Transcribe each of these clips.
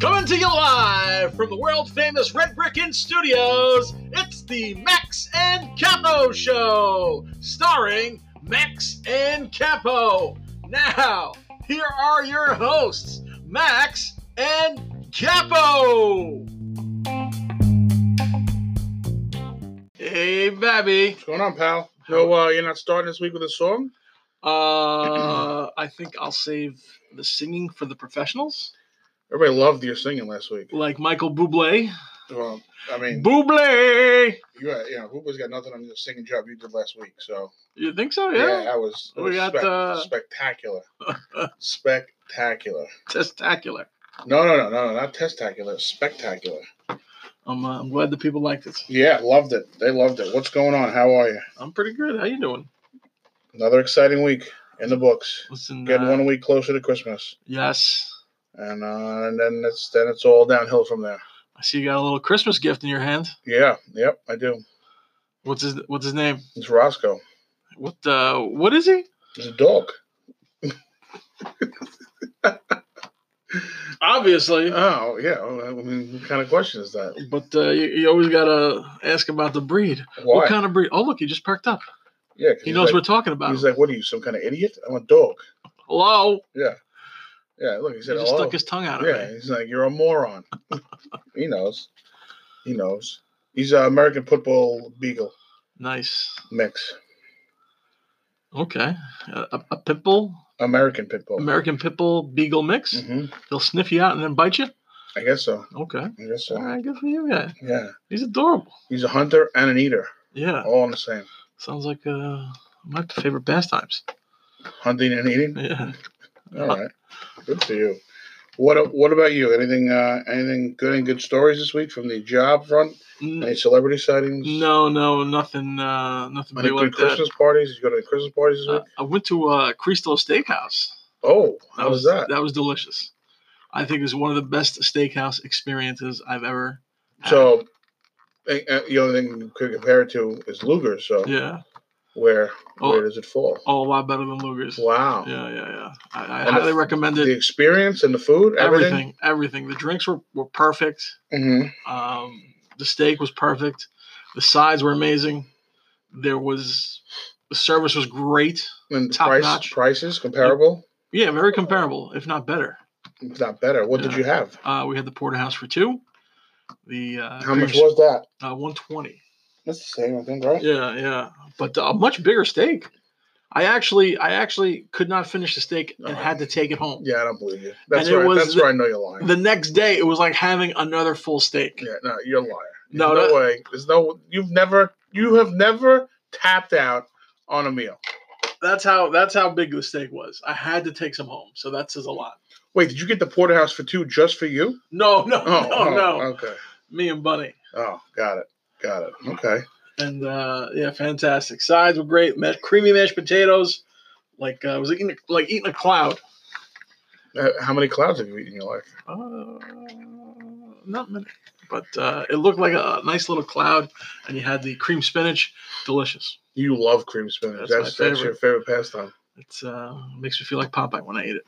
Coming to you live from the world famous Red Brick Inn Studios, it's the Max and Capo Show, starring Max and Capo. Now, here are your hosts, Max and Capo. Hey, Babby. What's going on, pal? So uh, you're not starting this week with a song? Uh, I think I'll save the singing for the professionals, Everybody loved your singing last week. like Michael Bublé. Well, Um, I mean, Bublé. you, uh, you know, Hooper's got nothing on the singing job you did last week. So You think so? Oh, yeah, Yeah. that was, that We was got, spec- uh, spectacular, spectacular. Testacular. No, no, no, no, no, not testacular, spectacular. I'm, uh, I'm glad the people liked it. Yeah, loved it. They loved it. What's going on? How are you? I'm pretty good. How you doing? Another exciting week in the books. Listen. Getting uh, one week closer to Christmas, Yes. and uh, and then it's then it's all downhill from there. I see you got a little Christmas gift in your hand. Yeah, yep, I do. What's his What's his name? It's Roscoe. What uh What is he? It's a dog. Obviously. Oh yeah, well, I mean, what kind of question is that? But uh, you, you always gotta ask about the breed. Why? What kind of breed? Oh, look, he just perked up. yeah, 'cause He he's knows like, we're talking about. He's him. like, "What are you, some kind of idiot? I'm a dog." Hello. Yeah, look, he He said, just "Hello." stuck his tongue out at yeah, me. he's like, "You're a moron." he knows. He knows. He's an American football beagle Nice. mix, Okay. A, a- a pit bull, American pit bull. American pit bull, beagle mix. hmm He'll sniff you out and then bite you. I guess so. Okay. I guess so. All right. Good for you, guy. Yeah, He's adorable. he's a hunter and an eater, Yeah. all in the same. Sounds like uh, my favorite pastimes. Hunting and eating. Yeah. Uh, All right, good for you. What What about you? Anything uh, Anything good and good stories this week from the job front? N- Any celebrity sightings? No, no, nothing, uh, nothing Any big good like that. Christmas parties? Did you go to any Christmas parties this Uh, week? I went to uh, Cristo Steakhouse. Oh, how was that? That was delicious. I think it's one of the best steakhouse experiences I've ever. had. So, eh, eh, the only thing you could compare it to is Luger. So, yeah, where Oh. where does it fall? oh, a lot better than Luger's. Wow, Yeah, yeah, yeah. I, I And the- highly recommend the it. experience and the food, everything. Everything, everything. The drinks were were perfect. Mhm. Um, the steak was perfect. The sides were amazing. There was the service was great. And the Top price notch. prices comparable, Yeah, very comparable, if not better. if not better. What did Yeah. you have? Uh, we had the porterhouse for two. The uh, How much cream- was that? uh, 120. That's the same, I think, right? Yeah, yeah, but a much bigger steak. I actually, I actually could not finish the steak and had to take it home. Yeah, I don't believe you. That's it right. was That's the- where I know you're lying. The next day, it was like having another full steak. yeah, no, you're a liar. No, No, no that- way. There's no. You've never. You have never tapped out on a meal. That's how that's how big the steak was. I had to take some home, so that says a lot. Wait, did you get the porterhouse for two just for you? No, Oh, no, Oh, no, no. Okay. Me and Bunny, Oh, got it. Got it. Okay. and uh, yeah, fantastic. Sides were great. Ma- creamy mashed potatoes. Like uh, I was eating a- like eating a cloud. Uh, how many clouds have you eaten in your life? Uh, not many, but uh, it looked like a nice little cloud. And you had the cream spinach, delicious. You love cream spinach. That's my That's that's, your favorite pastime. It's uh, makes me feel like Popeye when I eat it.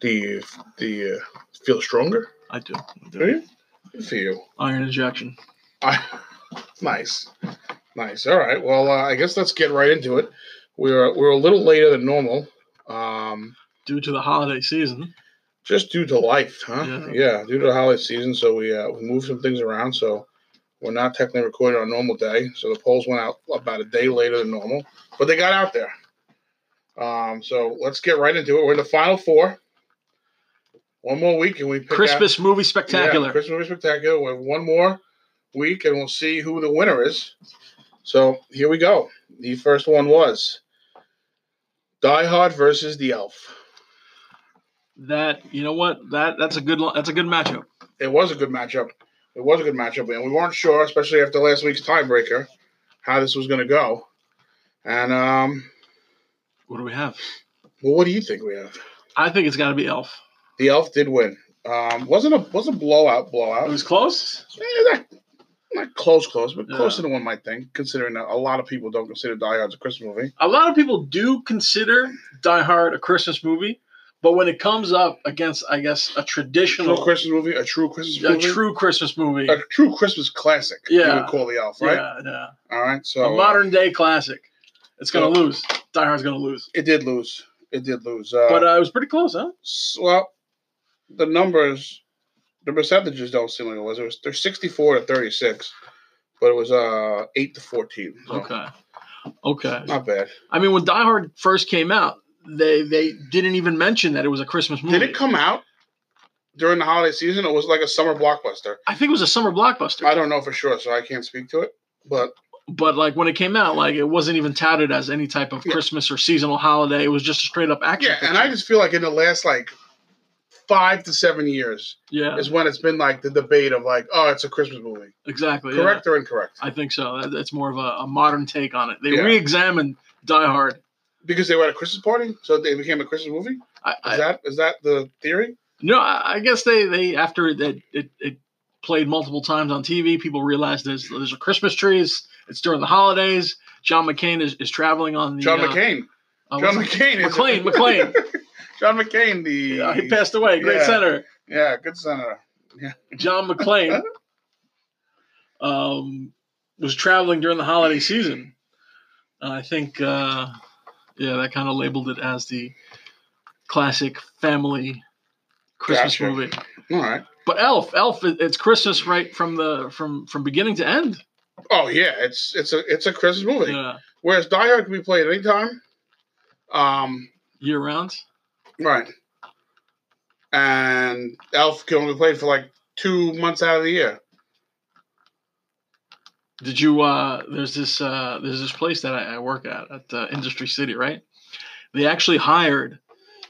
Do you do you feel stronger? I do. I do. Do you? Good for you. Iron injection. I, nice, nice. All right. Well, uh, I guess let's get right into it. We're we're a little later than normal. Um, Due to the holiday season, just due to life, huh? Yeah. Yeah, due to the holiday season, so we uh, we moved some things around, so we're not technically recording on a normal day. So the polls went out about a day later than normal, but they got out there. Um, so let's get right into it. We're in the final four. One more week, and we pick out- Christmas movie spectacular. yeah, Christmas movie spectacular. We have one more week, and we'll see who the winner is. So here we go. The first one was Die Hard versus the Elf. That you know what that that's a good li- that's a good matchup. it was a good matchup. It was a good matchup, and we weren't sure, especially after last week's tiebreaker, how this was going to go. And um, What do we have? well, what do you think we have? I think it's got to be Elf. The Elf did win. Um, wasn't a wasn't a blowout It blowout. was close. Eh, not, not close, close, but Yeah. closer than one might think, considering that a lot of people don't consider Die Hard's a Christmas movie. A lot of people do consider Die Hard a Christmas movie, But when it comes up against, I guess, a True traditional, Christmas movie, a true Christmas a movie, true Christmas movie, a true Christmas classic. Yeah. you would call the Elf, right? yeah, yeah. All right, so a uh, modern day classic, it's gonna so- lose. Die Hard's gonna lose. it did lose. It did lose. Uh, But uh, it was pretty close, huh? s- well, the numbers, the percentages don't seem like it was. It was they're sixty-four to thirty-six, but it was uh eight to fourteen. So Okay, okay. Not bad. I mean, when Die Hard first came out, they they didn't even mention that it was a Christmas movie. Did it come out during the holiday season? Or was it like a summer blockbuster? I think it was a summer blockbuster. I don't know for sure, so I can't speak to it. But but like when it came out, like it wasn't even touted as any type of Yeah. Christmas or seasonal holiday. It was just a straight up action. yeah, and I picture. just feel like in the last like five to seven years yeah, is when it's been like the debate of like, oh, it's a Christmas movie, exactly. yeah. correct or incorrect? I think so. That, that's more of a, a modern take on it. They Yeah. re-examined Die Hard. Because they were at a Christmas party, so they became a Christmas movie. Is I, I, that is that the theory? no, I I guess they they after it it, it it played multiple times on TV, people realized there's there's a Christmas tree. It's, it's during the holidays. John McCain is, is traveling on the John uh, McCain. uh, John what's- McCain. is- McClain, McClain. John McCain. The Yeah, Uh, he passed away. Great Yeah. center, yeah, good senator. John McClain, um, was traveling during the holiday season. And I think, uh, yeah, that kind of labeled it as the classic family Christmas Gotcha. movie. All right. But Elf, Elf, it- it's Christmas right from the from from beginning to end. Oh yeah, it's it's a it's a Christmas movie. Yeah, Whereas Die Hard can be played anytime. Um, year round. right. And Elf can only be played for like two months out of the year. Did you? Uh, there's this uh, there's this place that I, I work at at uh, Industry City, right? They actually hired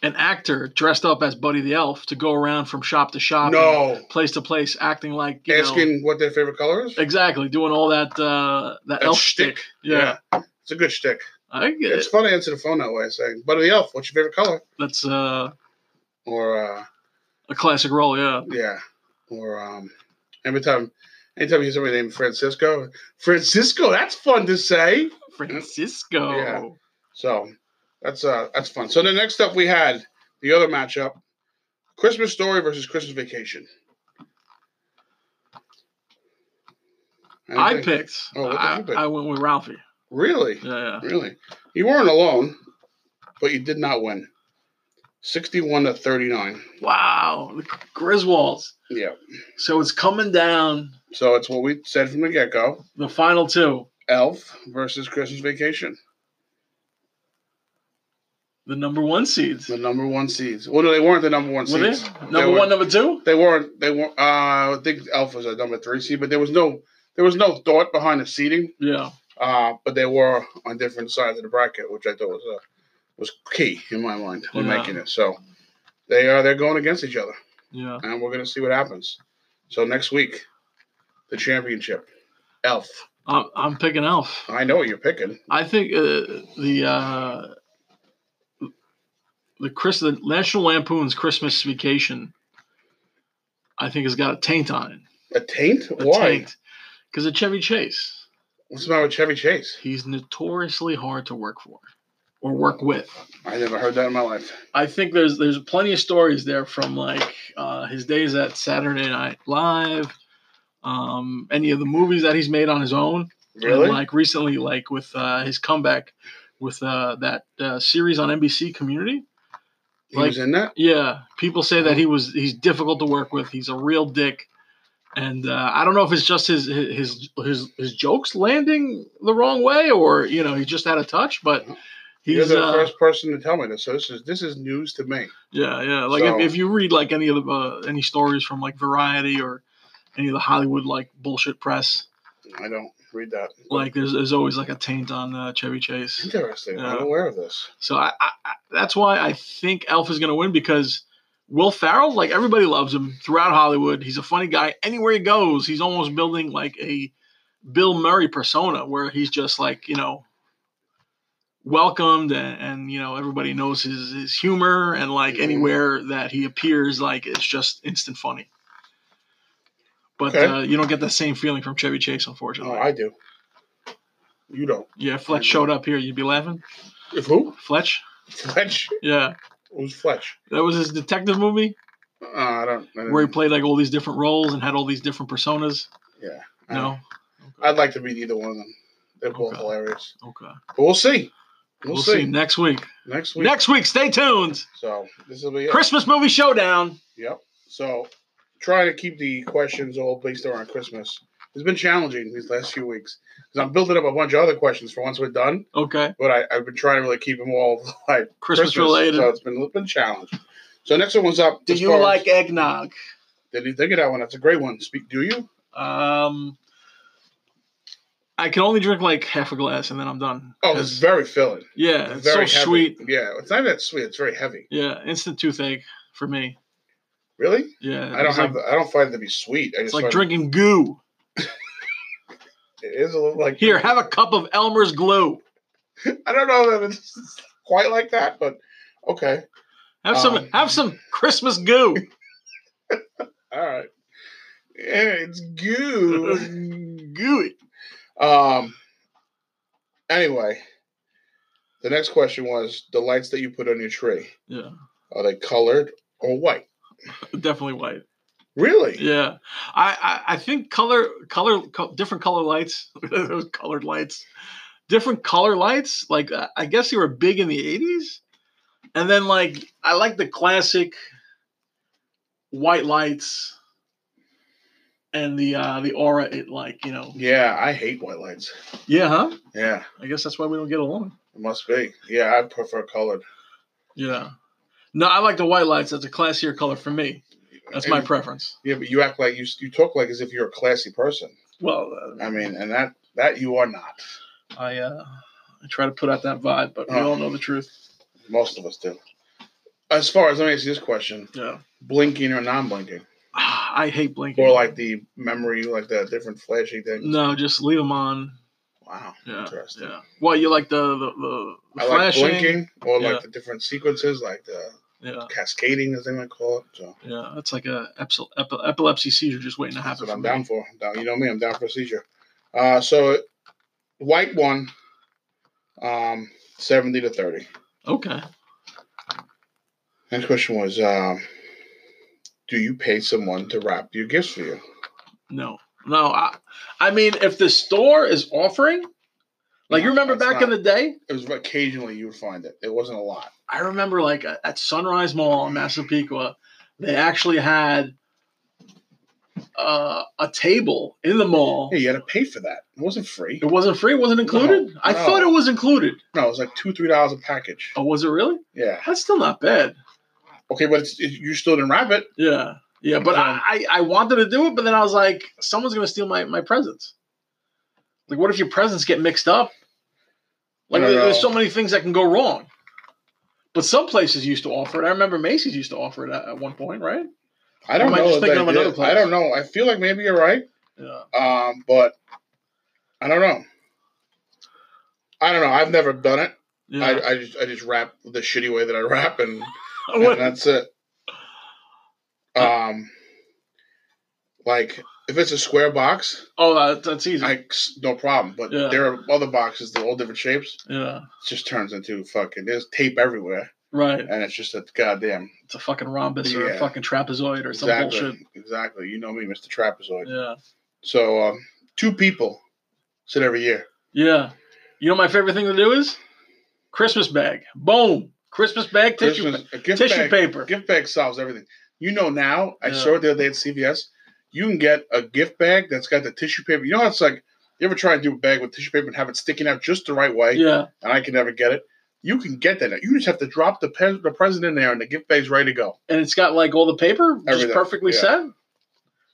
an actor dressed up as Buddy the Elf to go around from shop to shop, and No, place to place, acting like Uh, you know- asking what their favorite color is. exactly doing all that uh, that That's elf shtick. shtick. Yeah, it's a good shtick. I get It's it. fun to answer the phone that way, saying, "Buddy the Elf, what's your favorite color?" That's uh, Or uh, a classic role. Yeah, Yeah. Or um every time anytime you hear somebody named Francisco, Francisco, that's fun to say. Francisco. Yeah. So that's uh that's fun. So the next up we had the other matchup, Christmas story versus Christmas vacation. I Anything? picked. Oh, what did I, you pick? I went with Ralphie. Really? Yeah, yeah. Really? You weren't alone, but you did not win. Sixty-one to thirty-nine. Wow, the Griswolds. Yeah. So it's coming down So it's what we said from the get-go. the final two. Elf versus Christmas Vacation, The number one seeds. the number one seeds. Well, no, they weren't the number one Were they? seeds. Number were- one, number two? They weren't. They weren't. Uh, I think Elf was a number three seed, but there was no there was no thought behind the seeding. Yeah. Uh, but they were on different sides of the bracket, which I thought was uh, was key in my mind when Yeah. making it. So they are they're going against each other, Yeah. and we're gonna see what happens. So next week, the championship, Elf. I'm, I'm picking Elf. I know what you're picking. I think uh, the uh, the Chris the National Lampoon's Christmas Vacation. I think has got a taint on it. A taint? A Why? taint. Because of Chevy Chase. What's the matter with Chevy Chase? He's notoriously hard to work for or work with. I never heard that in my life. I think there's there's plenty of stories there from like uh, his days at Saturday Night Live, um, any of the movies that he's made on his own, Really? and like recently, like with uh, his comeback with uh, that uh, series on NBC Community. he was in that. Yeah, people say that he Mm-hmm. was he's difficult to work with. He's a real dick, and uh, I don't know if it's just his his his his jokes landing the wrong way, or you know he's just out of touch. But he's You're the uh, first person to tell me this, so this is this is news to me. Yeah, yeah. Like So- if, if you read like any of the uh, any stories from like Variety or any of the Hollywood like bullshit press, I don't read that. like there's there's always like a taint on uh, Chevy It's Chase. interesting. I'm Yeah. aware of this. So I, I, I that's why I think Elf is gonna win because Will Farrell, like everybody loves him throughout Hollywood. He's a funny guy. Anywhere he goes, he's almost building like a Bill Murray persona where he's just like you know welcomed and, and you know everybody knows his his humor and like Mhm. anywhere that he appears like it's just instant funny but Okay. uh, you don't get that same feeling from chevy chase Oh, unfortunately I do. You don't. yeah if fletch do. showed up here you'd be laughing If who? fletch Fletch? yeah Who's Fletch? That was his detective movie Uh, I don't. I where he didn't- played like all these different roles and had all these different personas. yeah. I don't- No. I'd like to meet either one of them. They're both Okay. hilarious. Okay. But we'll see. We'll, We'll, see. see next week. next week. Next week, stay tuned. So this will be it. Christmas movie showdown. Yep. So trying to keep the questions all based around Christmas. It's been challenging these last few weeks because I'm building up a bunch of other questions for once we're done. Okay. But I, I've been trying to really keep them all like Christmas, related. So it's been it's been challenging. So next one was up. Do Uh, as you far as- like eggnog? Did you think of that one? That's a great one. Speak. Do you? Um, I can only drink like half a glass and then I'm done. Oh, it's very filling. yeah, it's very so heavy. sweet. Yeah, it's not that sweet. It's very heavy. Yeah, instant toothache for me. Really? Yeah, I don't it's have. Like, the, I don't find it to be sweet. I it's just like find drinking goo. It is a little like Here, have a cup of Elmer's glue. I don't know that it's quite like that, but okay. Have some. Um, have some Christmas goo. All right. Yeah, it's goo. Gooey. um. Anyway, the next question was the lights that you put on your tree Yeah, are they colored or white? definitely white. Really? Yeah, I, I I think color color co- different color lights those colored lights, different color lights. Like I- I guess they were big in the eighties, and then like I like the classic white lights and the uh the aura. It like you know Yeah, I hate white lights. yeah huh. Yeah, I guess that's why we don't get along. it must be. Yeah, I prefer colored. Yeah, no, I like the white lights. That's a classier color for me. That's my And- preference. yeah, but you act like you you talk like as if you're a classy person. Well, uh, I mean, and that that you are not. I uh I try to put out that vibe, but we Oh. all know the truth. Most of us do. As far as let me ask you this question: Yeah. blinking or non-blinking, Ah, I hate blinking. or like the memory, like the different flashing things. no, just leave them on. Wow, Yeah, interesting. yeah. Well, you like the the, the, the I like flashing. blinking, or Yeah. like the different sequences, like the Yeah, cascading, as they might call it. So yeah. That's like a epsil- epi- epilepsy seizure just waiting to that's happen. for what I'm me. down for. I'm down, you know me, I'm down for a seizure. Uh, so white one, um, seventy to thirty. Okay. Next question was, um, do you pay someone to wrap your gifts for you? No, no. I, I mean, if the store is offering, like you No, remember that's back in not- the day, It was occasionally you would find it. It wasn't a lot. I remember like at at Sunrise Mall in Massapequa, they actually had uh, a table in the mall. Yeah, you had to pay for that. It wasn't free. It wasn't free. It wasn't included. I no. thought it was included. No, it was like two, three dollars a package. Oh, was it really? Yeah. That's still not bad. Okay, but it's, it, you still didn't wrap it. Yeah. Yeah, but I, I I wanted to do it, but then I was like, someone's gonna steal my, my presents. Like, what if your presents get mixed up? Like, I don't there- there's know. so many things that can go wrong. But some places used to offer it. I remember Macy's used to offer it at, at one point, right? I don't Am I know. just if thinking they of another did. place? I don't know. I feel like maybe you're right, Yeah. um, but I don't know. I don't know. I've never done it. Yeah. I, I just I just wrap the shitty way that I wrap, and, and What- that's it. Um, like if it's a square box, oh, that, that's easy. I s- no problem. But Yeah. there are other boxes, they're all different shapes. yeah. It just turns into fucking. There's tape everywhere, Right. and it's just a goddamn It's a fucking rhombus or Yeah. a fucking trapezoid or some exactly, bullshit. exactly. You know me, Mister Trapezoid. Yeah. So um, two people sit every year. Yeah. You know, what my favorite thing to do is Christmas bag. Boom. Christmas bag tissue. Christmas- a gift tissue bag, paper. a gift bag solves everything. You know now. I Yeah. saw it the other day at CVS. You can get a gift bag that's got the tissue paper. You know, how it's like you ever try and do a bag with tissue paper and have it sticking out just the right way, yeah. and I can never get it. You can get that. now. You just have to drop the pe- the present in there, and the gift bag's ready to go. and it's got like all the paper just Everything, perfectly yeah. set.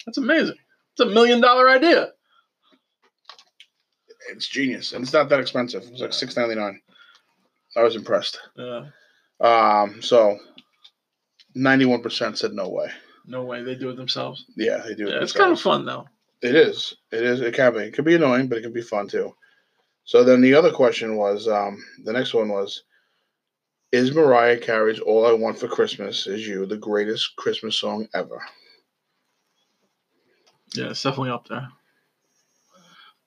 That's amazing. It's a million dollar idea. It's genius, and it's not that expensive. It was like six ninety nine. I was impressed. Yeah, Um, so ninety one percent said no way. no way they do it themselves. Yeah, they do. Yeah, it it's kind themselves. of fun though. It is. It is. It can be. It can be annoying, but it can be fun too. So then the other question was um, the next one was Is Mariah Carey's All I Want for Christmas Is You the greatest Christmas song ever? Yeah, it's definitely up there.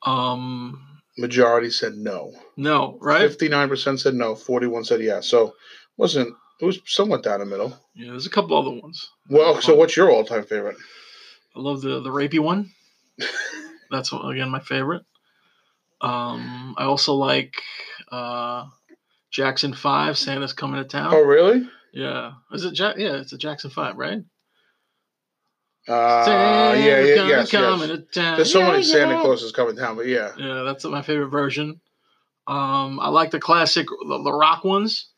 Um, Majority said no. no, right? 59% said no. 41 said yes. So listen, It was somewhat down the middle. Yeah, there's a couple other ones. Well, so what's your all-time favorite? I love the the rapey one. That's again my favorite. Um, I also like uh, Jackson Five. Santa's coming to town. Oh, really? Yeah, is it? Ja- yeah, it's a Jackson Five, right? Uh, yeah, Santa's yeah, gonna yes, come yes. to town. There's so Yeah, many yeah. Santa Clauses coming down, but yeah. Yeah, that's my favorite version. Um, I like the classic, the, the rock ones,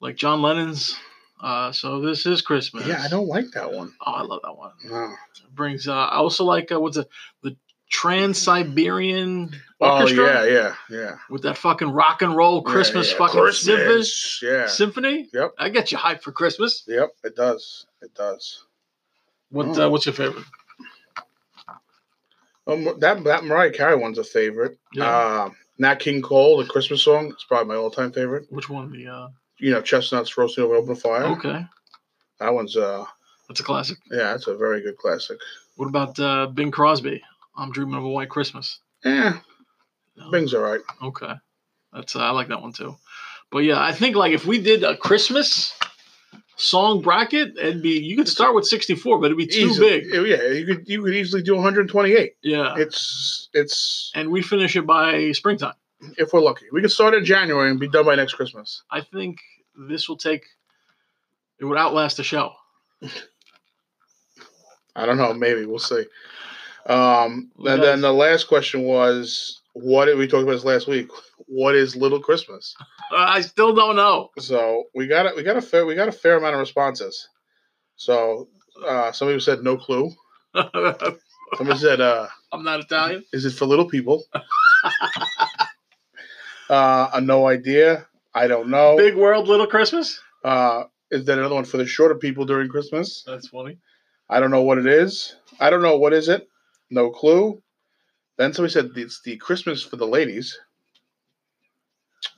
like John Lennon's. Uh, so this is Christmas. Yeah, I don't like that one. Oh, I love that one. No. It brings. Uh, I also like uh, what's it, the Trans Siberian Oh, Orchestra yeah, yeah, yeah. with that fucking rock and roll Yeah, Christmas yeah. fucking Christmas. Christmas. Yeah. symphony. Yep. I get you hyped for Christmas. Yep, it does. It does. What Oh. uh, what's your favorite? Um, that that Mariah Carey one's a favorite. Yeah. Uh, Nat King Cole, the Christmas song, it's probably my all-time favorite. Which one? The uh, You know, chestnuts roasting over an open fire. okay, That one's uh, that's a classic. yeah, that's a very good classic. What about uh, Bing Crosby? I'm dreaming of a white Christmas. Yeah, No? Bing's all Eh, right. Okay, that's uh, I like that one too. But yeah, I think like if we did a Christmas song bracket, it'd be you could start with 64, but it'd be too Easily- big. eh, Yeah, you could you could easily do 128. Yeah, It's it's and we finish it by springtime. if we're lucky, we could start in January and be done by next Christmas. I think this will take. It would outlast the show. I don't know. Maybe we'll see. Um, Who and knows? then the last question was, what did we talk about this last week? What is Little Christmas? I still don't know. So we got a, we got a fair we got a fair amount of responses. So uh, some people said no clue. I'm Somebody said, uh, not Italian. "Is it for little people?" uh, a no idea. I don't know. Big world, little Christmas. Uh, is that another one for the shorter people during Christmas? That's funny. I don't know what it is. I don't know what is it. No clue. Then somebody said it's the Christmas for the ladies.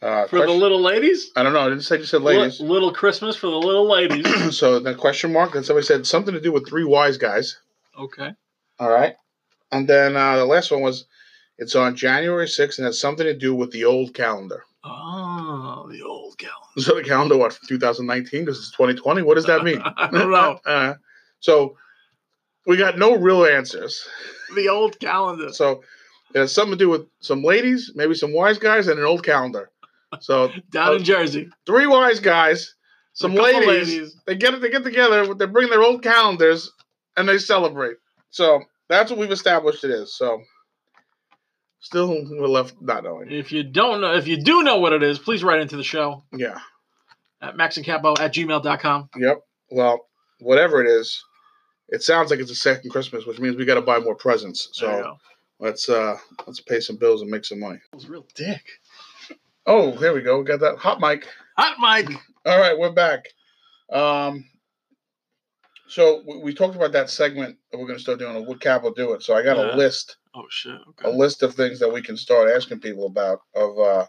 Uh, For the question- little ladies? I don't know. I didn't say just said Li- ladies. little Christmas for the little ladies. so the question mark. Then somebody said something to do with three wise guys. okay. All right. And then uh, the last one was it's on January 6th and has something to do with the old calendar. Oh, the old gal. So the calendar, what, 2019? Because it's 2020? What does that mean? I don't know. Uh, so we got no real answers. The old calendar. So it has something to do with some ladies, maybe some wise guys, and an old calendar. So Down in Jersey. three wise guys, Oh. some A couple ladies, they get they get together, they bring their old calendars, and they celebrate. So that's what we've established it is. So still we're left not knowing. If you don't know, if you do know what it is, please write into the show Yeah. at maxandcapo at gmail.com. Yep. Well, whatever it is, it sounds like it's a second Christmas, which means we got to buy more presents. There you So go. let's uh let's pay some bills and make some money. It was a real dick. Oh, here we go. We got that hot mic. Hot Mike. All right, we're back. Um, so we, we talked about that segment that we're going to start doing. What cap will do it? So I got Yeah. a list, Oh, shit. a Okay. list of things that we can start asking people about. Of uh,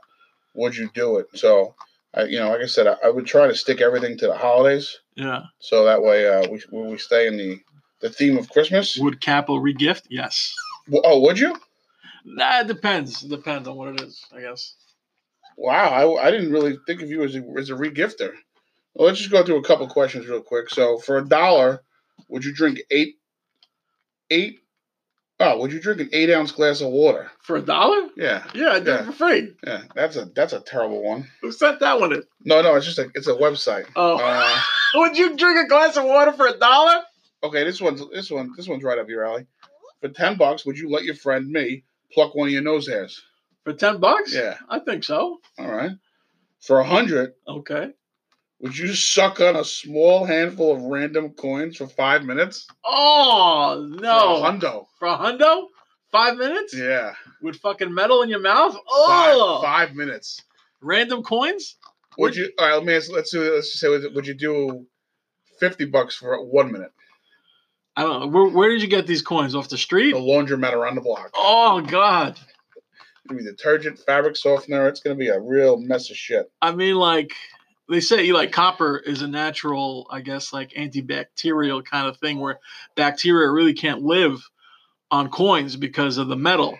would you do it? So, I, you know, like I said, I, I would try to stick everything to the holidays, Yeah. so that way uh, we we we stay in the the theme of Christmas. Would Capo regift? Yes. W- Oh, would you? Nah, it depends. It depends on what it is, I guess. Wow, I, I didn't really think of you as a, as a regifter. Well, let's just go through a couple questions real quick. So, for a dollar, would you drink eight, eight? Oh, would you drink an eight ounce glass of water? For a dollar? Yeah, Yeah, I did it Yeah. for free. yeah, that's a that's a terrible one. Who sent that one in? No, no, it's just a it's a website. Oh. Uh, Would you drink a glass of water for a dollar? okay, this one's this one this one's right up your alley. For ten bucks, would you let your friend me pluck one of your nose hairs? For ten bucks? Yeah, I think so. all right. For a hundred, Okay. would you suck on a small handful of random coins for five minutes? Oh For a no. hundo. For a hundo? Five minutes? Yeah. With fucking metal in your mouth? Five, Oh five minutes. random coins? Would you? All right. Let me ask, let's do. Let's just say, would would you do fifty bucks for one minute? I don't know. Where, where did you get these coins? Off the street? The laundromat around the block. Oh god. Give me detergent, fabric softener. It's gonna be a real mess of shit. I mean like they say like copper is a natural, I guess, like antibacterial kind of thing where bacteria really can't live on coins because of the metal.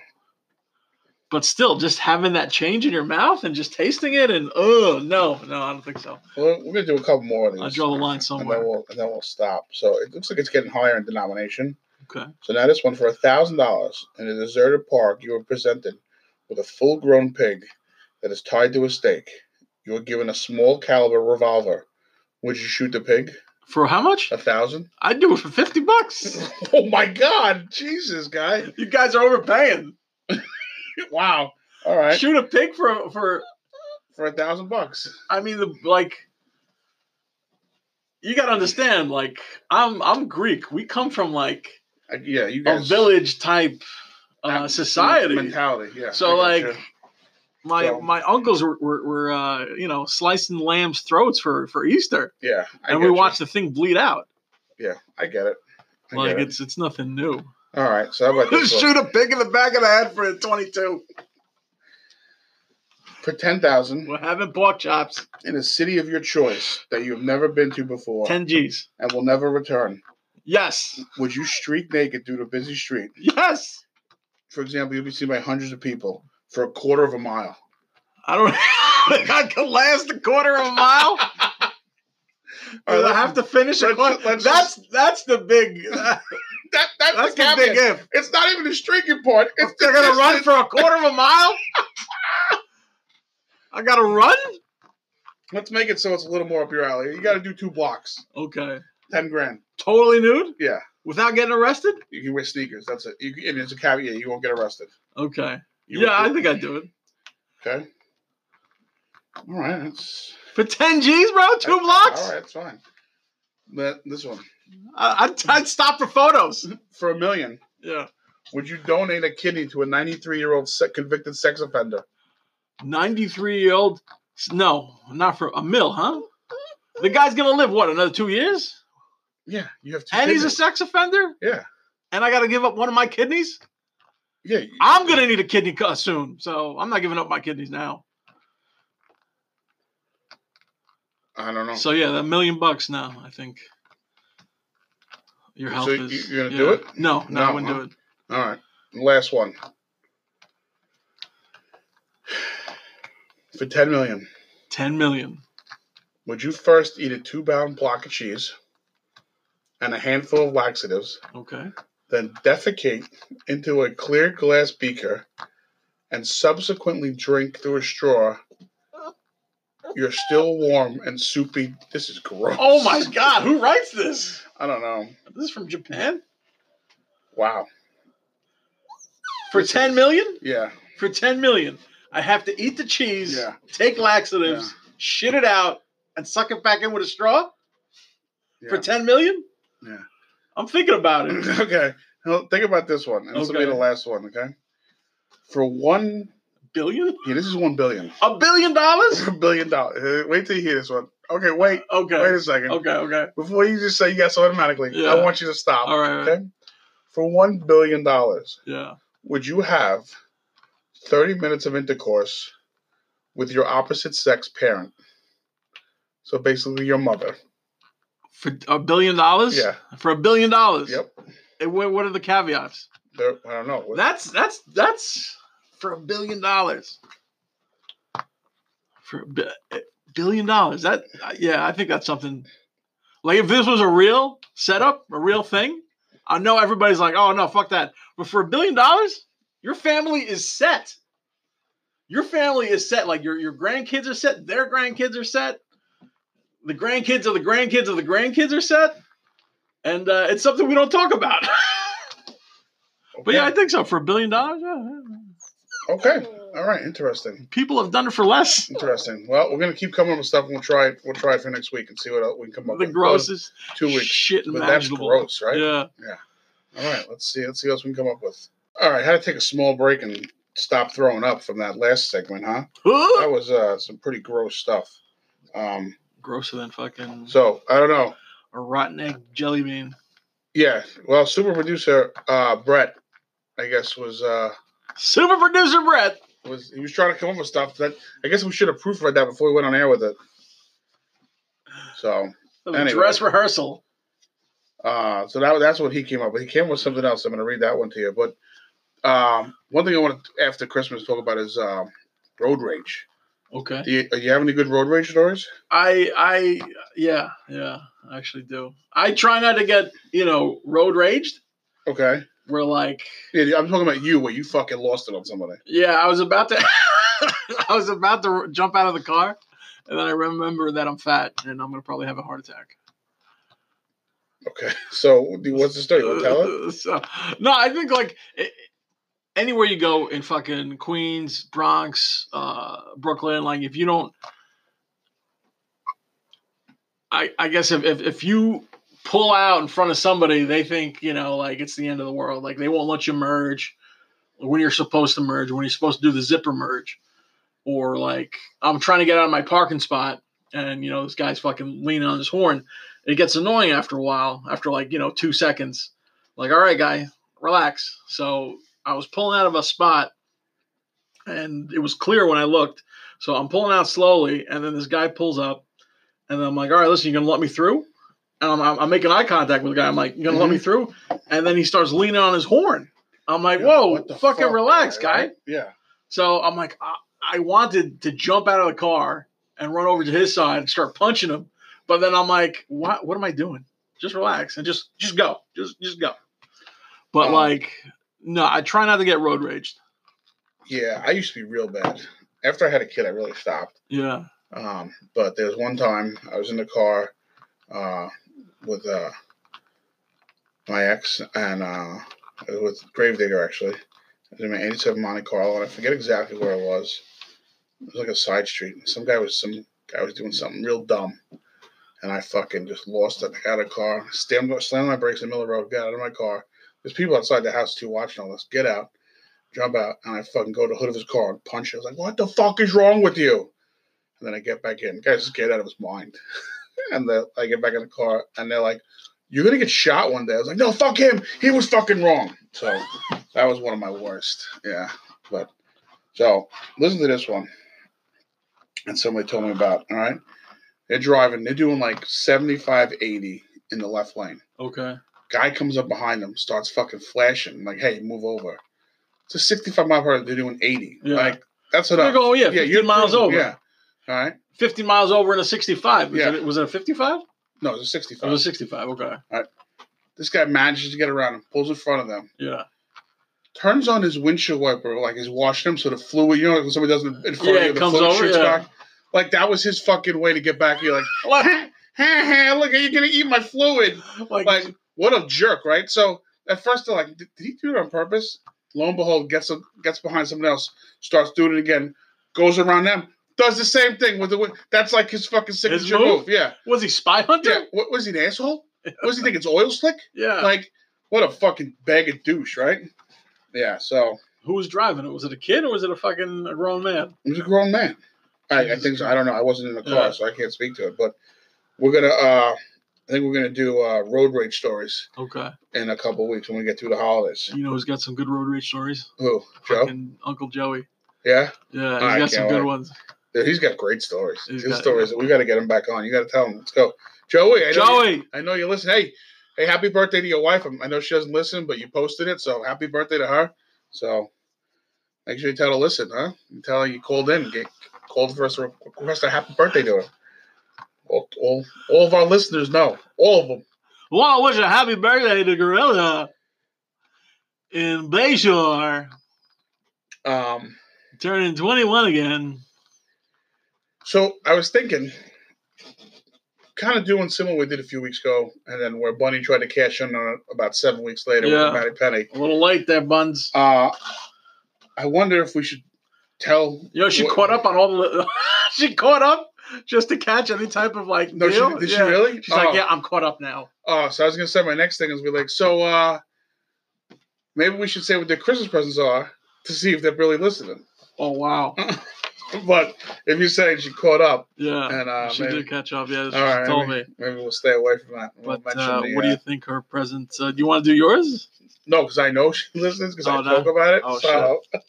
But still, just having that change in your mouth and just tasting it, and oh no, no, I don't think so. We're, we're gonna do a couple more of these. I draw the line and then somewhere. we'll and then we'll stop. So it looks like it's getting higher in denomination. Okay. So now this one for a thousand dollars in a deserted park, you are presented with a full-grown pig that is tied to a stake. You are given a small caliber revolver. Would you shoot the pig? For how much? A thousand? I'd do it for fifty bucks. Oh my God, Jesus, guy! you guys are overpaying. Wow. All right, Shoot a pig for for. for a thousand bucks. I mean, the like. You gotta understand, like I'm I'm Greek. We come from like Uh, Yeah, you a guys. village type uh, Absolute society. mentality. Yeah. So, I like, gotcha. my So- my uncles were were, were uh, you know slicing lambs' throats for for Easter, yeah, I and we getcha. watched the thing bleed out. Yeah, I get it. I Like get it. it's it's nothing new. All right. So how about this? one? a pig in the back of the head for a twenty-two. For ten thousand, We're having pork chops. in a city of your choice that you have never been to before Ten G's. and will never return, Yes, would you streak naked through the busy street? yes. For example, you'll be seen by hundreds of people for a quarter of a mile. I don't. I can last a quarter of a mile. All Do I right, have to finish a let's- quarter? let's that's that's the big. that, that's, that's the the big caveat. if. It's not even the streaking part. It's If they're gonna run for a quarter of a mile, I gotta run. Let's make it so it's a little more up your alley. You got to do two blocks. Okay. Ten grand. Totally nude? Yeah. Without getting arrested? You can wear sneakers. That's it. You, can- and it's a caveat. You won't get arrested. Okay. You yeah, I won't think I'd do it. get- okay. All right. That's For 10 G's, bro? Two blocks? All right. That's fine. But this one I, I'd, I'd stop for photos. for a million. Yeah. Would you donate a kidney to a 93 year old se- convicted sex offender? 93 year old. No, not for a mill, huh? The guy's going to live, what, another two years? Yeah, you have two. And he's a kidneys. sex offender? yeah, And I got to give up one of my kidneys? yeah. you- I'm going to need a kidney cut soon. So I'm not giving up my kidneys now. I don't know. So, So yeah, that million bucks now, I think. Your So health you- is. you're gonna yeah. do it? No, no, I No, wouldn't huh? do it. All right, last one for 10 million. 10 million. Would you first eat a two pound block of cheese and a handful of laxatives, Okay. then defecate into a clear glass beaker, and subsequently drink through a straw? You're still warm and soupy. This is gross. Oh my God, who writes this? I don't know. This is from Japan Wow. for This ten is- million. Yeah. For ten million, I have to eat the cheese, Yeah. take laxatives, shit it out, and suck it back in with a straw for yeah. ten million. Yeah. I'm thinking about it. okay. Now, think about this one. And this will be Okay. the last one, okay? For one Billion? yeah, this is one billion. A billion dollars? A billion dollars. Uh, Wait till you hear this one. Okay, wait. Wait Okay. a second. Okay. Okay. Before you just say yes automatically, Yeah. I want you to stop. All right. all right. Okay? For one billion dollars, Yeah. would you have thirty minutes of intercourse with your opposite sex parent? So basically your mother. For a billion dollars? Yeah. For a billion dollars. Yep. And what, what are the caveats? There- I don't know. That's that's that's for a billion dollars. For a bi- a billion dollars, that I- yeah, I think that's something. Like if this was a real setup, a real thing, I know everybody's like, "Oh no, fuck that." But for a billion dollars, your family is set. Your family is set. Like your your grandkids are set. Their grandkids are set. The grandkids of the grandkids of the grandkids are set. And uh, it's something we don't talk about. But yeah, I think so. For a billion dollars, yeah, yeah. Okay. All right, interesting. people have done it for less. Interesting. Well, we're gonna keep coming up with stuff, and we'll try it. We'll try it for next week and see what else we can come up The with. grossest two weeks, shit but that's imaginable. gross, right? Yeah, All right. Let's see. Let's see what else we can come up with. All right. Had to take a small break and stop throwing up from that last segment, huh? That was uh, some pretty gross stuff. Um, grosser than fucking so I don't know. a rotten egg jelly bean. Yeah. Well, super producer uh, Brett, I guess was uh, Super producer Brett. was he was trying to come up with stuff that I guess we should have proofread that before we went on air with it. So. of Anyway. Dress rehearsal. Uh, so that, that's what he came up with. He came up with something else. I'm going to read that one to you. But Um, one thing I want to after Christmas talk about is um, road rage. Okay. Do you, do you have any good road rage stories? I I yeah yeah I actually do. I try not to get you know road raged. Okay. We're like Yeah, I'm talking about you where you fucking lost it on somebody. yeah I was about to I was about to jump out of the car, and then I remember that I'm fat and I'm gonna probably have a heart attack. Okay. So do- what's the story? Want to tell it? So- no, I think like i- anywhere you go in fucking Queens, Bronx, uh, Brooklyn, like if you don't, I I guess if, if if you pull out in front of somebody, they think you know like it's the end of the world. Like they won't let you merge when you're supposed to merge, when you're supposed to do the zipper merge, or like I'm trying to get out of my parking spot and you know this guy's fucking leaning on his horn it gets annoying after a while after like you know two seconds like all right guy relax so i was pulling out of a spot and it was clear when i looked so i'm pulling out slowly and then this guy pulls up and then i'm like all right listen you're gonna let me through and i'm, I'm, I'm making eye contact with the guy i'm like you gonna let Mm-hmm. me through and then he starts leaning on his horn i'm like whoa What the fucking fuck, relax guy right? Yeah. so I'm like, I, I wanted to jump out of the car and run over to his side and start punching him, but then I'm like, what? What am I doing? Just relax and just just go, just just go. But Um, like, no, I try not to get road raged. Yeah. I used to be real bad. After I had a kid, I really stopped. Yeah. Um, but there's one time I was in the car uh, with uh, my ex and uh, it was with Gravedigger actually. I was in my 87 Monte Carlo and I forget exactly where it was. It was like a side street. and Some guy was some guy was doing something real dumb. And I fucking just lost it. I got out of the car, slammed, slammed my brakes in the middle of the road, got out of my car. There's people outside the house too watching all this. Get out, jump out, and I fucking go to the hood of his car and punch it. I was like, what the fuck is wrong with you? And then I get back in. Guy's scared out of his mind. and the, I get back in the car, and they're like, "You're gonna get shot one day." I was like, "No, fuck him. He was fucking wrong." So that was one of my worst. Yeah, but so listen to this one. And somebody told me about. All right, they're driving. They're doing like 75, 80 in the left lane. Okay. Guy comes up behind them, starts fucking flashing. Like, hey, move over. It's a 65 mile per hour. They're doing 80. Yeah. Like, that's what They're I. going, "Oh, yeah, 15 miles over. Yeah. All right. 15 miles over in a 65. Was, Yeah. it, was it a 55? No, it's a It 65. was a 65. Okay. This guy manages to get around him, pulls in front of them, Yeah. turns on his windshield wiper like he's washing him, so the fluid, you know, like when somebody does it in front Yeah, of you, it the comes fluid over, shoots yeah. back. Like that was his fucking way to get back. You're like, ha, ha, ha, look, are you gonna eat my fluid? Like, Like, what a jerk, right? So at first they're like, did, did he do it on purpose? Lo and behold, gets a, gets behind someone else, starts doing it again, goes around them, does the same thing with the. win- That's like his fucking signature move? move. Yeah, was he spy yeah. hunter? What was he an asshole? What does he think it's oil slick? Yeah. like what a fucking bag of douche, right? Yeah, so Who was driving it? Was it a kid or was it a fucking a grown man? he was a grown man. I, I Jesus think so. I don't know. I wasn't in the car, Yeah. so I can't speak to it. But we're gonna uh I think we're gonna do uh road rage stories Okay. in a couple weeks when we get through the holidays. You know who's got some good road rage stories? Who? Joe? Fucking Uncle Joey. Yeah? Yeah, I he's got some can't good wait. ones. Dude, he's got great stories. He's His got- stories we gotta get him back on. You gotta tell him. Let's go. Joey, I know you- Joey, I know you listen. Hey, hey, happy birthday to your wife. I'm- I know she doesn't listen, but you posted it, so happy birthday to her. So make sure you tell her to listen, huh? You tell her you called in, get called for us to request a happy birthday to her. All, all, all of our listeners know, all of them. want to wish a happy birthday to Gorilla in Bayshore, Um, turning 21 again. so I was thinking, kind of doing similar we did a few weeks ago, and then where Bunny tried to cash in on it about seven weeks later Yeah. with Matty Penny. A little late there, Buns. Uh, I wonder if we should tell. Yo, she what- caught up on all the. she caught up just to catch any type of like. No, deal. she, did yeah. she really? She's like, Oh. yeah, I'm caught up now. Oh, so I was gonna say my next thing is be like, so uh maybe we should say what their Christmas presents are to see if they're really listening. Oh wow, But if you say she caught up, yeah, and uh, she maybe, did catch up. Yeah, she All right, told me. maybe we'll stay away from that. We'll But uh, the, what do uh, you think her present? Uh, do you want to do yours? no, because I know she listens because Oh, I no. talk about it. Oh, so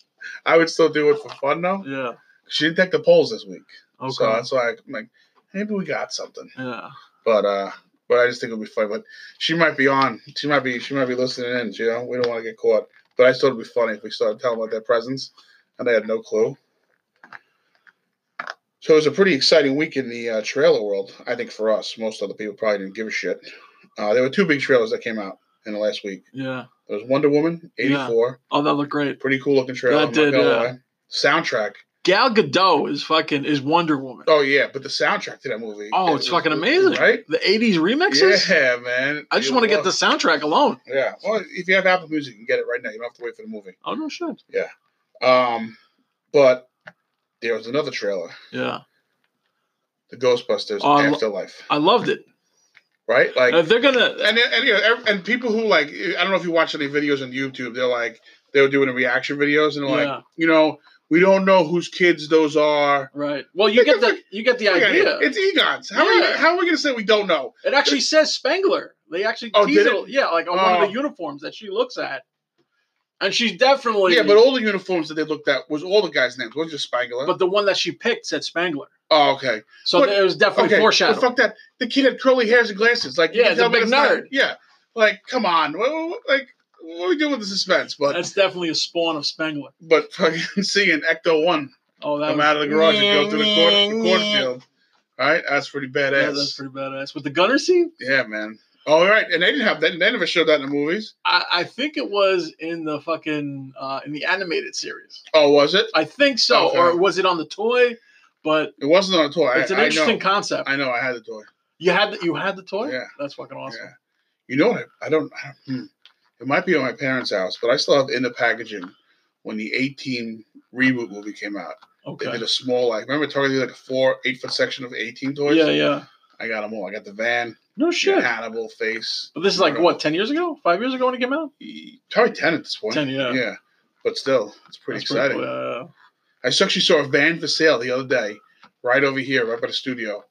I would still do it for fun though. Yeah. She didn't take the polls this week, Okay. so that's why I'm like, maybe we got something. yeah. But uh, but I just think it'll be fun. But she might be on. She might be. She might be listening in. You know, we don't want to get caught. But I just thought it'd be funny if we started telling about their presents, and they had no clue. So it was a pretty exciting week in the uh, trailer world, I think, for us. Most other people probably didn't give a shit. Uh, there were two big trailers that came out in the last week. Yeah. There was Wonder Woman, Yeah. 84. Oh, that looked great. Pretty cool looking trailer. That I'm not did, uh, gonna yeah. lie. Soundtrack. Gal Gadot is fucking is Wonder Woman. Oh, yeah, but the soundtrack to that movie. Oh, it it's was- fucking amazing. Right? The 80s remixes? Yeah, man. I just You want to get love- the soundtrack alone. Yeah. Well, if you have Apple Music, you can get it right now. You don't have to wait for the movie. Oh, no shit. Um, but there was another trailer, Yeah. the Ghostbusters Oh, I lo- Afterlife, I loved it. right? Like, If they're going to. and and, you know, ev- and people who like, I don't know if you watch any videos on YouTube. They're like, they were doing the reaction videos, and they're like, Yeah, you know, we don't know whose kids those are. right. Well, you get the you get the Look at it. idea. It's Egon's. How are Yeah. you, how are we gonna say we don't know? It actually says Spangler. They actually Oh, tease did it- Yeah, like on one of Oh. the uniforms that she looks at, and she's definitely. yeah, but all the uniforms that they looked at was all the guys' names. It wasn't just Spangler. but the one that she picked said Spangler, oh, okay. so But- it was definitely Okay, foreshadowing. but fuck that. The kid had curly hairs and glasses. Like, you Yeah, can the tell me big that's not- nerd. yeah, like come on. What, what- like, what are we doing with the suspense? But That's definitely a spawn of Spangler. but fucking seeing Ecto One Oh, that come was, out of the garage and go through the, court, the cornfield. All right, that's pretty yeah, badass. that's pretty badass. With the gunner scene, yeah, man. All right, and they didn't have that. They never showed that in the movies. I, I think it was in the fucking uh, in the animated series. Oh, was it? I think so, Okay. or was it on the toy? But It wasn't on a toy. it's an I, I interesting know. concept. I know. I had the toy. You had the, you had the toy. Yeah. that's fucking awesome. Yeah. You know what? I, I don't. I don't hmm. It might be at my parents' house, but I still have in the packaging when the 18 reboot movie came out. They Okay. did a small like remember targeted like a four eight foot section of eighteen toys. Yeah, yeah. I got them all. I got the van, No shit. Hannibal face, But this is like what, ten years ago, five years ago when it came out. e- probably ten at this point. Ten, yeah. yeah, but still, it's pretty That's exciting. cool. Yeah, yeah, I actually saw a van for sale the other day, right over here, right by the studio.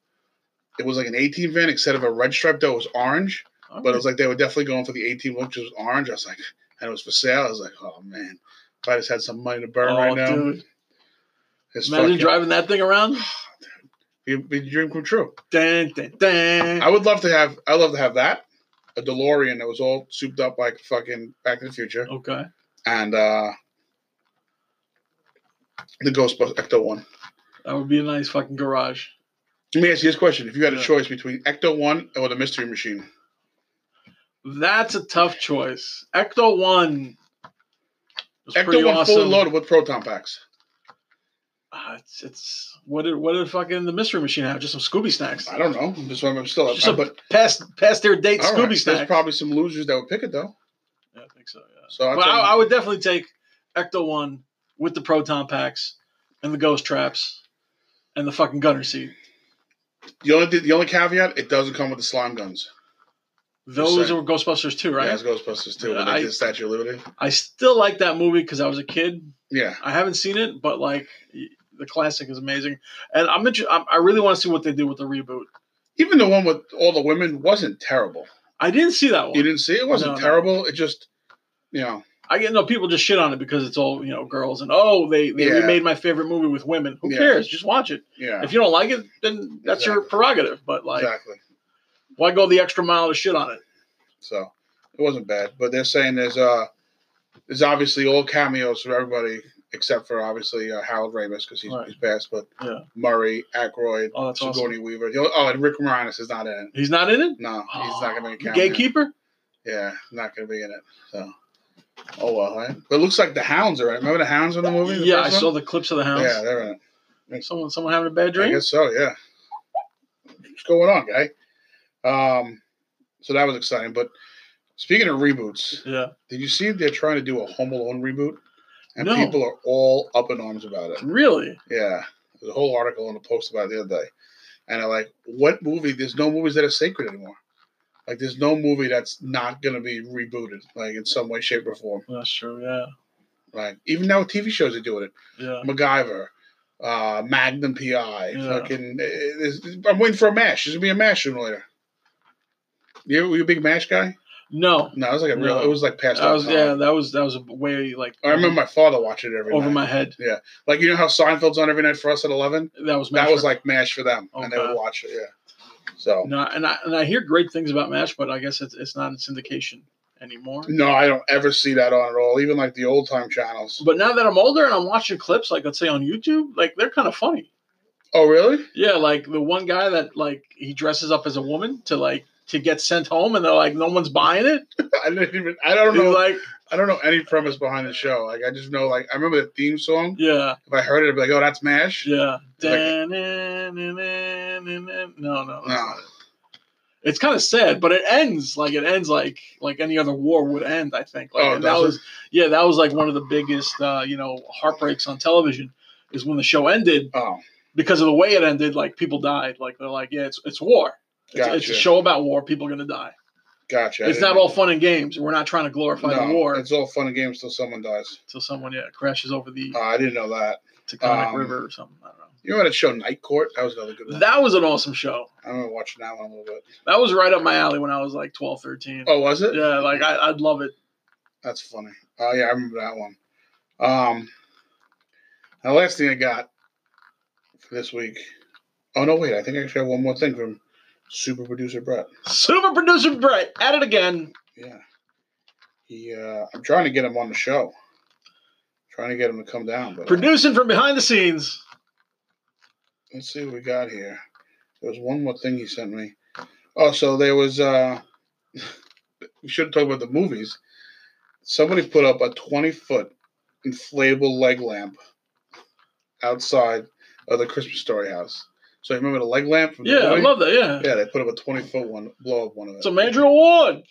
It was like an 18 van instead of a red stripe that was orange, yeah. but it was like they were definitely going for the 18 one, which was orange. I was like, and it was for sale. I was like, oh man, if I just had some money to burn Oh, right now, dude. it's Imagine fucking, driving that thing around. it'd be a dream come true. Dun, dun, dun. I would love to have. I love to have that. A DeLorean that was all souped up like fucking Back to the Future, okay. and uh the Ghostbusters Ecto One. That would be a nice fucking garage. Let me ask you this question: If you had a Yeah. choice between Ecto One or the Mystery Machine, That's a tough choice. Ecto one. was pretty Ecto One awesome. fully loaded with proton packs. Ah, it's, it's what did what did fucking the mystery machine have? Just some Scooby snacks. I don't know. This one I'm still up. Just a But Past past their date all Scooby right, there's snacks. probably some losers that would pick it though. yeah, I think so. Yeah. So I, But I, I would definitely take Ecto One with the proton packs and the ghost traps and the fucking gunner seat. the only the only caveat: it doesn't come with the slime guns. Those saying. were Ghostbusters too, right? Yeah, it's Ghostbusters too. Yeah, when they I- did Statue of Liberty. I still like that movie because I was a kid. Yeah, I haven't seen it, but like y- the classic is amazing, and I'm inter- I'm- I really want to see what they do with the reboot. even the one with all the women wasn't terrible. I didn't see that You one. didn't see it? It wasn't No, no. terrible. It just, you know, I get no people just shit on it because it's all you know girls and oh they they Yeah. remade my favorite movie with women. Who Yeah. cares? Just watch it. yeah, If you don't like it, then that's your Exactly. prerogative. But like, exactly. why go the extra mile to shit on it? So it wasn't bad. But they're saying there's uh there's obviously all cameos for everybody except for obviously uh, Harold Ramis because he's, Right. he's passed, but Yeah. Murray, Aykroyd, Oh, that's awesome. Sigourney Weaver. The only- Oh, and Rick Moranis is not in it. He's not in it. No, he's not gonna be The a cameo. Gatekeeper. Yeah, not gonna be in it. So oh well, right? But it looks like the Hounds are in it. Remember the Hounds in the movie? the yeah, I first one? saw the clips of the hounds. Yeah, they're in it. Someone, someone having a bad I dream. guess so, yeah. What's going on, guy? Um, so that was exciting. But speaking of reboots, Yeah. did you see they're trying to do a Home Alone reboot? And No. people are all up in arms about it. Really? Yeah. There's a whole article in the post about it the other day. And I like, what movie? There's no movies that are sacred anymore. Like, there's no movie that's not going to be rebooted, like, in some way, shape, or form. That's true. Yeah. Like, even now with TV shows are doing it. Yeah. MacGyver, uh, Magnum PI. Yeah. Fucking, uh, this- I'm waiting for a mash. There's gonna be a mash sooner or later. You were you a big mash guy? No. No, it was like a real. No. It was like past. That our was time. yeah. That was that was way like I remember my father watching it every over night. my head. like you know how Seinfeld's on every night for us at eleven. That was That Mash was like mash for them, and they Okay. would watch it. Yeah. So No, and I and I hear great things about Match, but I guess it's it's not in syndication anymore. No, I don't ever see that on at all. Even like the old time channels. But now that I'm older and I'm watching clips, like let's say on YouTube, like they're kind of funny. Oh, really? Yeah, like the one guy that like he dresses up as a woman to like to get sent home, and they're like, no one's buying it. I didn't even. I don't He's know. like, I don't know any premise behind the show. Like I just know. Like I remember the theme song. yeah, If I heard it, I'd be like, "Oh, that's Mash." yeah. It's like- Dun, dun, dun, dun, dun, dun. No, no, that's No. not it. It's kind of sad, but it ends like it ends like like any other war would end. I think. Like, oh, and that does was yeah, that was like one of the biggest uh, you know heartbreaks on television is when the show ended it? Oh, because of the way it ended. Like people died. Like they're like, yeah, it's it's war. It's, gotcha. it's a show about war. People are gonna die. Gotcha. I it's didn't- not all fun and games. We're not trying to glorify no, the war It's all fun and games till someone dies. until someone yeah, crashes over the Oh, I didn't know that. Taconic um, River or something. I don't know. You remember that show Night Court? That was another good one. That was an awesome show. I remember watching that one a little bit. That was right up my alley when I was like 12, 13. Oh, was it? Yeah, like I, I'd love it. That's funny. Oh yeah, I remember that one. Um, the last thing I got for this week. Oh no, wait. I think I actually have one more thing from Super Producer Brett. Super producer Brett at it again. Yeah. He. Uh, I'm trying to get him on the show. Trying to get him to come down, but uh, Producing from behind the scenes. let's see what we got here. There was one more thing he sent me. Oh, so there was. uh We should talk about the movies. Somebody put up a 20 foot inflatable leg lamp outside of the Christmas Story house. So you remember the leg lamp from the Yeah, I movie? love that. Yeah. yeah, they put up a 20 foot one, blow up one of them. It's a major award.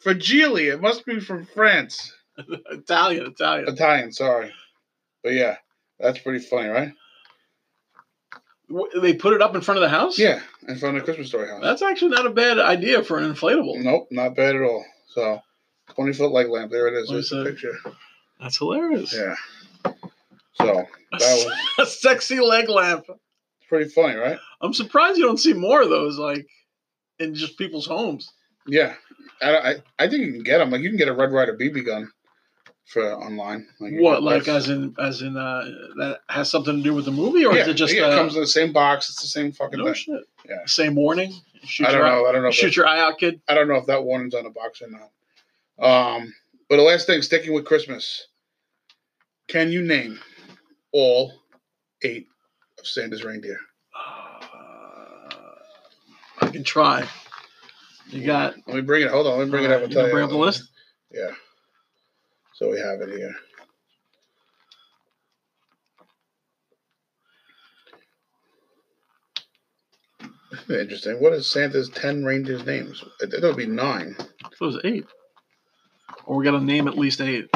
For Gili, it must be from France. Italian, Italian. Italian, sorry. But yeah, that's pretty funny, right? W- They put it up in front of the house? Yeah, in front of the Christmas Story house. That's actually not a bad idea for an inflatable. Nope, not bad at all. So, 20 foot leg lamp. There it is. What There's is the that? picture. That's hilarious. Yeah. So, A that s- was a sexy leg lamp. pretty funny, right? I'm surprised you don't see more of those, like in just people's homes. Yeah. I, I, I think you can get them. Like, you can get a Red Rider BB gun for online. Like, you What, can- like that's- as in as in uh that has something to do with the movie, or yeah, is it just yeah, uh, it comes in the same box. It's the same fucking no thing. shit? Yeah. Same warning. Shoot I don't your eye, know. I don't know. If shoot your eye out, kid. I don't know if that warning's on the box or not. Um, but the last thing, sticking with Christmas, can you name all eight of Santa's reindeer? Uh, I can try. You got Let me bring it. Hold on. Let me bring it up Alright, and you tell gonna you. bring up the list. Yeah. So we have it here. Interesting. What is Santa's ten reindeers' names? That would be nine. It was eight. Or we got to name at least eight.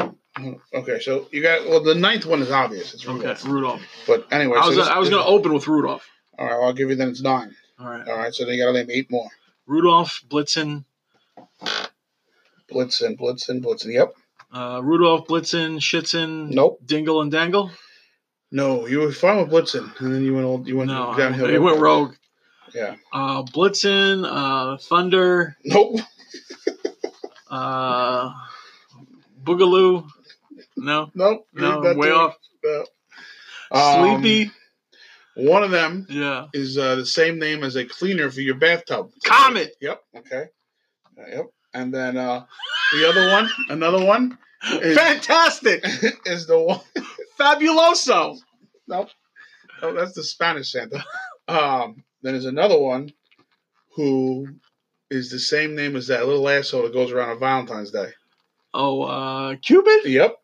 Okay, so you got well. The ninth one is obvious. It's Okay, Rudolph. Rudolph. But anyway, I was so this- I was gonna open with Rudolph. All right, well, I'll give you then it's nine. All right, All right, so then you got to name eight more. Rudolph, Blitzen, Blitzen, Blitzen, Blitzen. Yep. uh, Rudolph, Blitzen, Schitzen, Nope. Dingle and Dangle. No, you were fine with Blitzen, and then you went all you went No, I- downhill. it went rogue. Yeah. Uh, Blitzen, uh, Thunder, Nope. uh, Boogaloo. No, Nope. no, That's way it. off. No. Um, Sleepy. One of them Yeah. is uh, the same name as a cleaner for your bathtub. Comet. Yep. Okay. Uh, yep. And then uh, the other one, another one, is- Fantastic. is the one. Fabuloso. Nope. Oh, that's the Spanish Santa. Um, then there's another one who is the same name as that little asshole that goes around on Valentine's Day. Oh, uh, Cupid? Yep.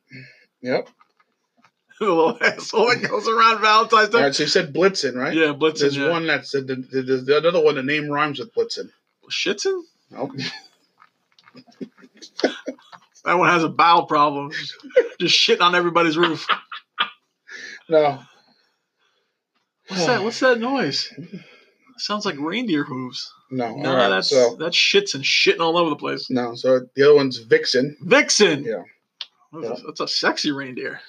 Yep. the little asshole that goes around Valentine's All Day. right, so you said Blitzen, right? Yeah, Blitzen. There's yeah. one that's the, the, the, the- another one. The name rhymes with Blitzen. Schitzen? Nope. That one has a bowel problem. Just shitting on everybody's roof. No. What's that? What's that noise? Sounds like reindeer hooves. No. No, all right. that's So that's shits and shitting all over the place. no. So the other one's Vixen. Vixen. Yeah. That's, a, that's a sexy reindeer.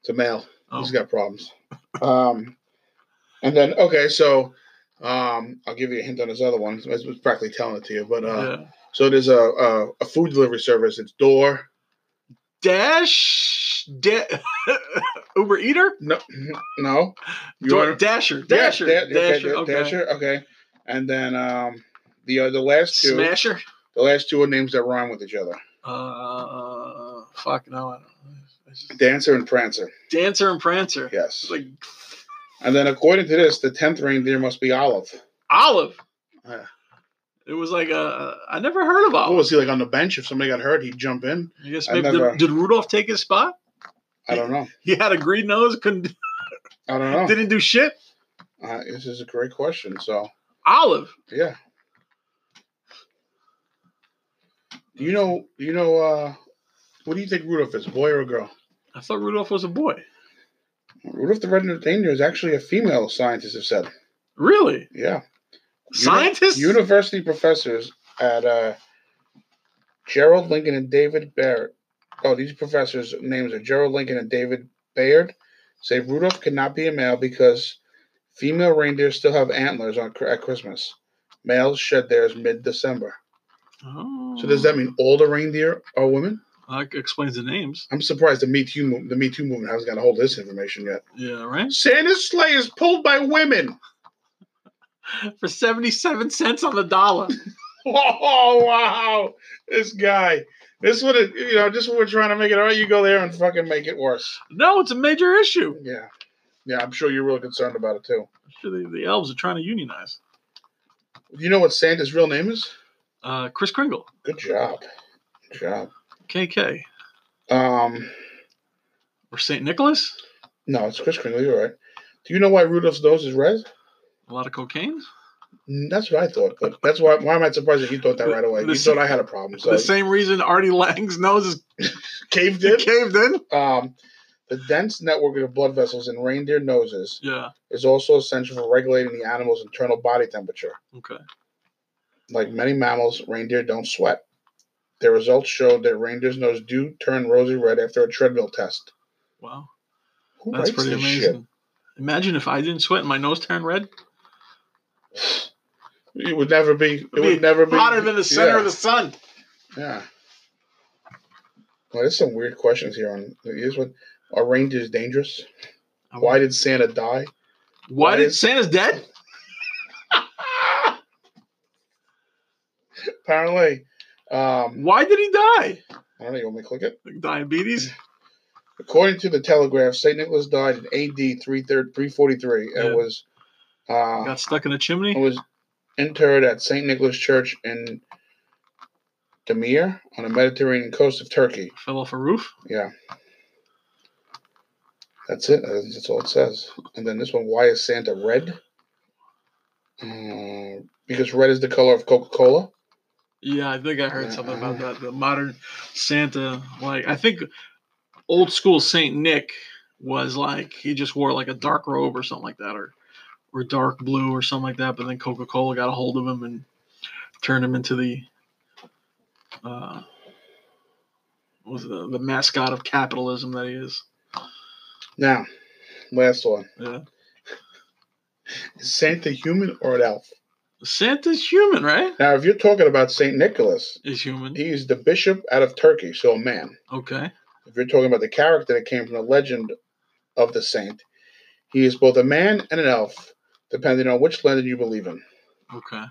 It's a male. Oh. He's got problems. Um, and then okay, so um, I'll give you a hint on this other one. I was practically telling it to you, but uh, yeah. So there's a, a a food delivery service. It's Door. Dash. Da- Uber Eater. No, no. You Da- order- Dasher. Yeah, Dasher. Da- okay, Dasher. Da- Okay. Dasher. Okay. And then um, the uh, the last two. Smasher. The last two are names that rhyme with each other. Uh, fuck no. I don't know. It's just- Dancer and Prancer. Dancer and Prancer. It's Yes. like And then according to this, the tenth reindeer must be Olive. Olive. Yeah. It was like a. I never heard of What Olive. was Oh, he like on the bench? If somebody got hurt, he'd jump in. I guess I maybe never- did, did Rudolph take his spot? I don't know. He had a green nose, couldn't I don't know. didn't do shit. Uh, this is a great question. So Olive. yeah. Do you know? do You know? uh What do you think Rudolph is? Boy or a girl? I thought Rudolph was a boy. Rudolph the Red-Nosed Reindeer is actually a female. Scientists have said. Really? Yeah. Uni- Scientist? University professors at uh, Gerald Lincoln and David Barrett. Oh, these professors' names are Gerald Lincoln and David Bayard. Say Rudolph could not be a male because female reindeer still have antlers on at Christmas. Males shed theirs mid-December. Oh. So does that mean all the reindeer are women? That explains the names. I'm surprised the Me Too mo- the Me Too movement hasn't got a hold of this information yet. Yeah, right? Santa's sleigh is pulled by women. For 77 cents on the dollar. Oh wow, this guy. This would have, you know, just when we're trying to make it all right, you go there and fucking make it worse. no, it's a major issue. Yeah, yeah, I'm sure you're real concerned about it too. I'm sure the, the elves are trying to unionize. You know what Santa's real name is? Uh, Chris Kringle, Good job, Good job. KK, Um, or St. Nicholas. no, it's Chris Kringle. You're right. Do you know why Rudolph's nose is red? A lot of cocaine. Mm, That's what I thought, but that's why. Why am I surprised that you thought that right away? You The- thought I had a problem. So the same reason Artie Lang's nose is caved in. caved in. Um, the dense network of blood vessels in reindeer noses Yeah. is also essential for regulating the animal's internal body temperature. Okay. like many mammals, reindeer don't sweat. Their results showed that reindeer's nose do turn rosy red after a treadmill test. Wow. Who That's writes pretty this amazing. Imagine if I didn't sweat and my nose turned red. shit? It would never be. It It'd would never be hotter than the center yeah, of the sun. Yeah. Well, there's some weird questions here. On here's what: Are reindeers dangerous? Why did Santa die? Why why did is- Santa's dead? Apparently, um, Why did he die? I don't know. You want me to click it? Like diabetes. According to the Telegraph, Saint Nicholas died in A.D. 343 and Yeah. was uh, Got stuck in a and chimney. was interred at St. Nicholas Church in Demir on the Mediterranean coast of Turkey. Fell off a roof. Yeah. That's it. That's that's all it says. And then this one why is Santa red? Mm, because red is the color of Coca Cola. Yeah, I think I heard something about that. The modern Santa, like I think old school Saint Nick was like he just wore like a dark robe or something like that, or or dark blue or something like that. But then Coca Cola got a hold of him and turned him into the uh, what was it, the the mascot of capitalism that he is. Now, last one. Yeah, Is Santa human or an elf? Santa's human, right? Now, if you're talking about St. Nicholas, He's human. he is the bishop out of Turkey, so a man. Okay. if you're talking about the character that came from the legend of the saint, he is both a man and an elf, depending on which legend you believe in. Okay.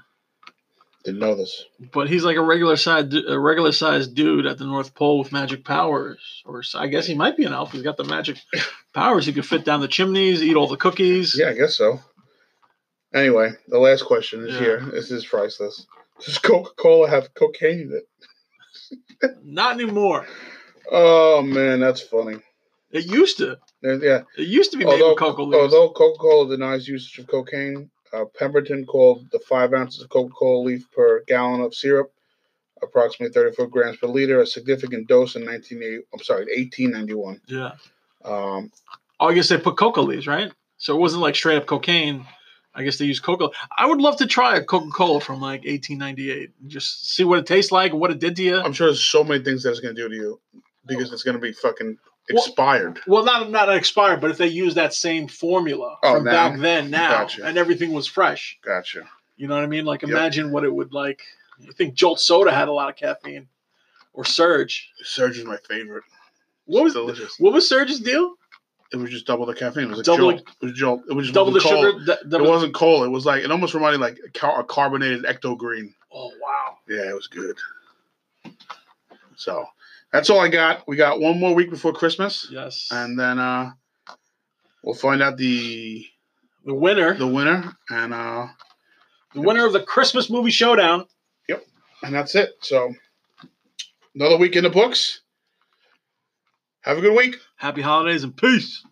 Didn't know this. But he's like a regular sized a regular sized dude at the North Pole with magic powers, or s- I guess he might be an elf. He's got the magic powers. He could fit down the chimneys, eat all the cookies. Yeah, I guess so. Anyway, the last question is Yeah. here. This is priceless. Does Coca Cola have cocaine in it? Not anymore. Oh man, that's funny. It used to. Yeah, Yeah. It used to be made Although, with cocoa leaves. although Coca Cola denies usage of cocaine, uh, Pemberton called the five ounces of Coca Cola leaf per gallon of syrup, approximately 34 grams per liter, a significant dose in 1980. I'm sorry, 1891. yeah. Um, Oh, I guess they put cocoa leaves, right? So it wasn't like straight up cocaine. I guess they used cocoa. I would love to try a Coca Cola from like 1898. and Just see what it tastes like, what it did to you. I'm sure there's so many things that it's going to do to you because it's going to be fucking expired. Well, not not expired, but if they used that same formula Oh, from now? back then, now, Gotcha. and everything was fresh. Gotcha. You know what I mean? Like Yep. imagine what it would like. I think Jolt Soda had a lot of caffeine, or Surge. Surge is my favorite. What was delicious? what was Surge's deal? It was just double the caffeine. It was a Double- jolt. It was a jolt. It was just Double the wasn't cold. sugar. d- It double- wasn't cold. It was like it almost reminded like a car- a carbonated ecto green. oh wow! Yeah, it was good. So that's all I got. We got one more week before Christmas, Yes. and then uh, we'll find out the the winner, the winner, and uh, the winner of the Christmas movie showdown. and that's it. So another week in the books. Have a good week. Happy holidays and peace.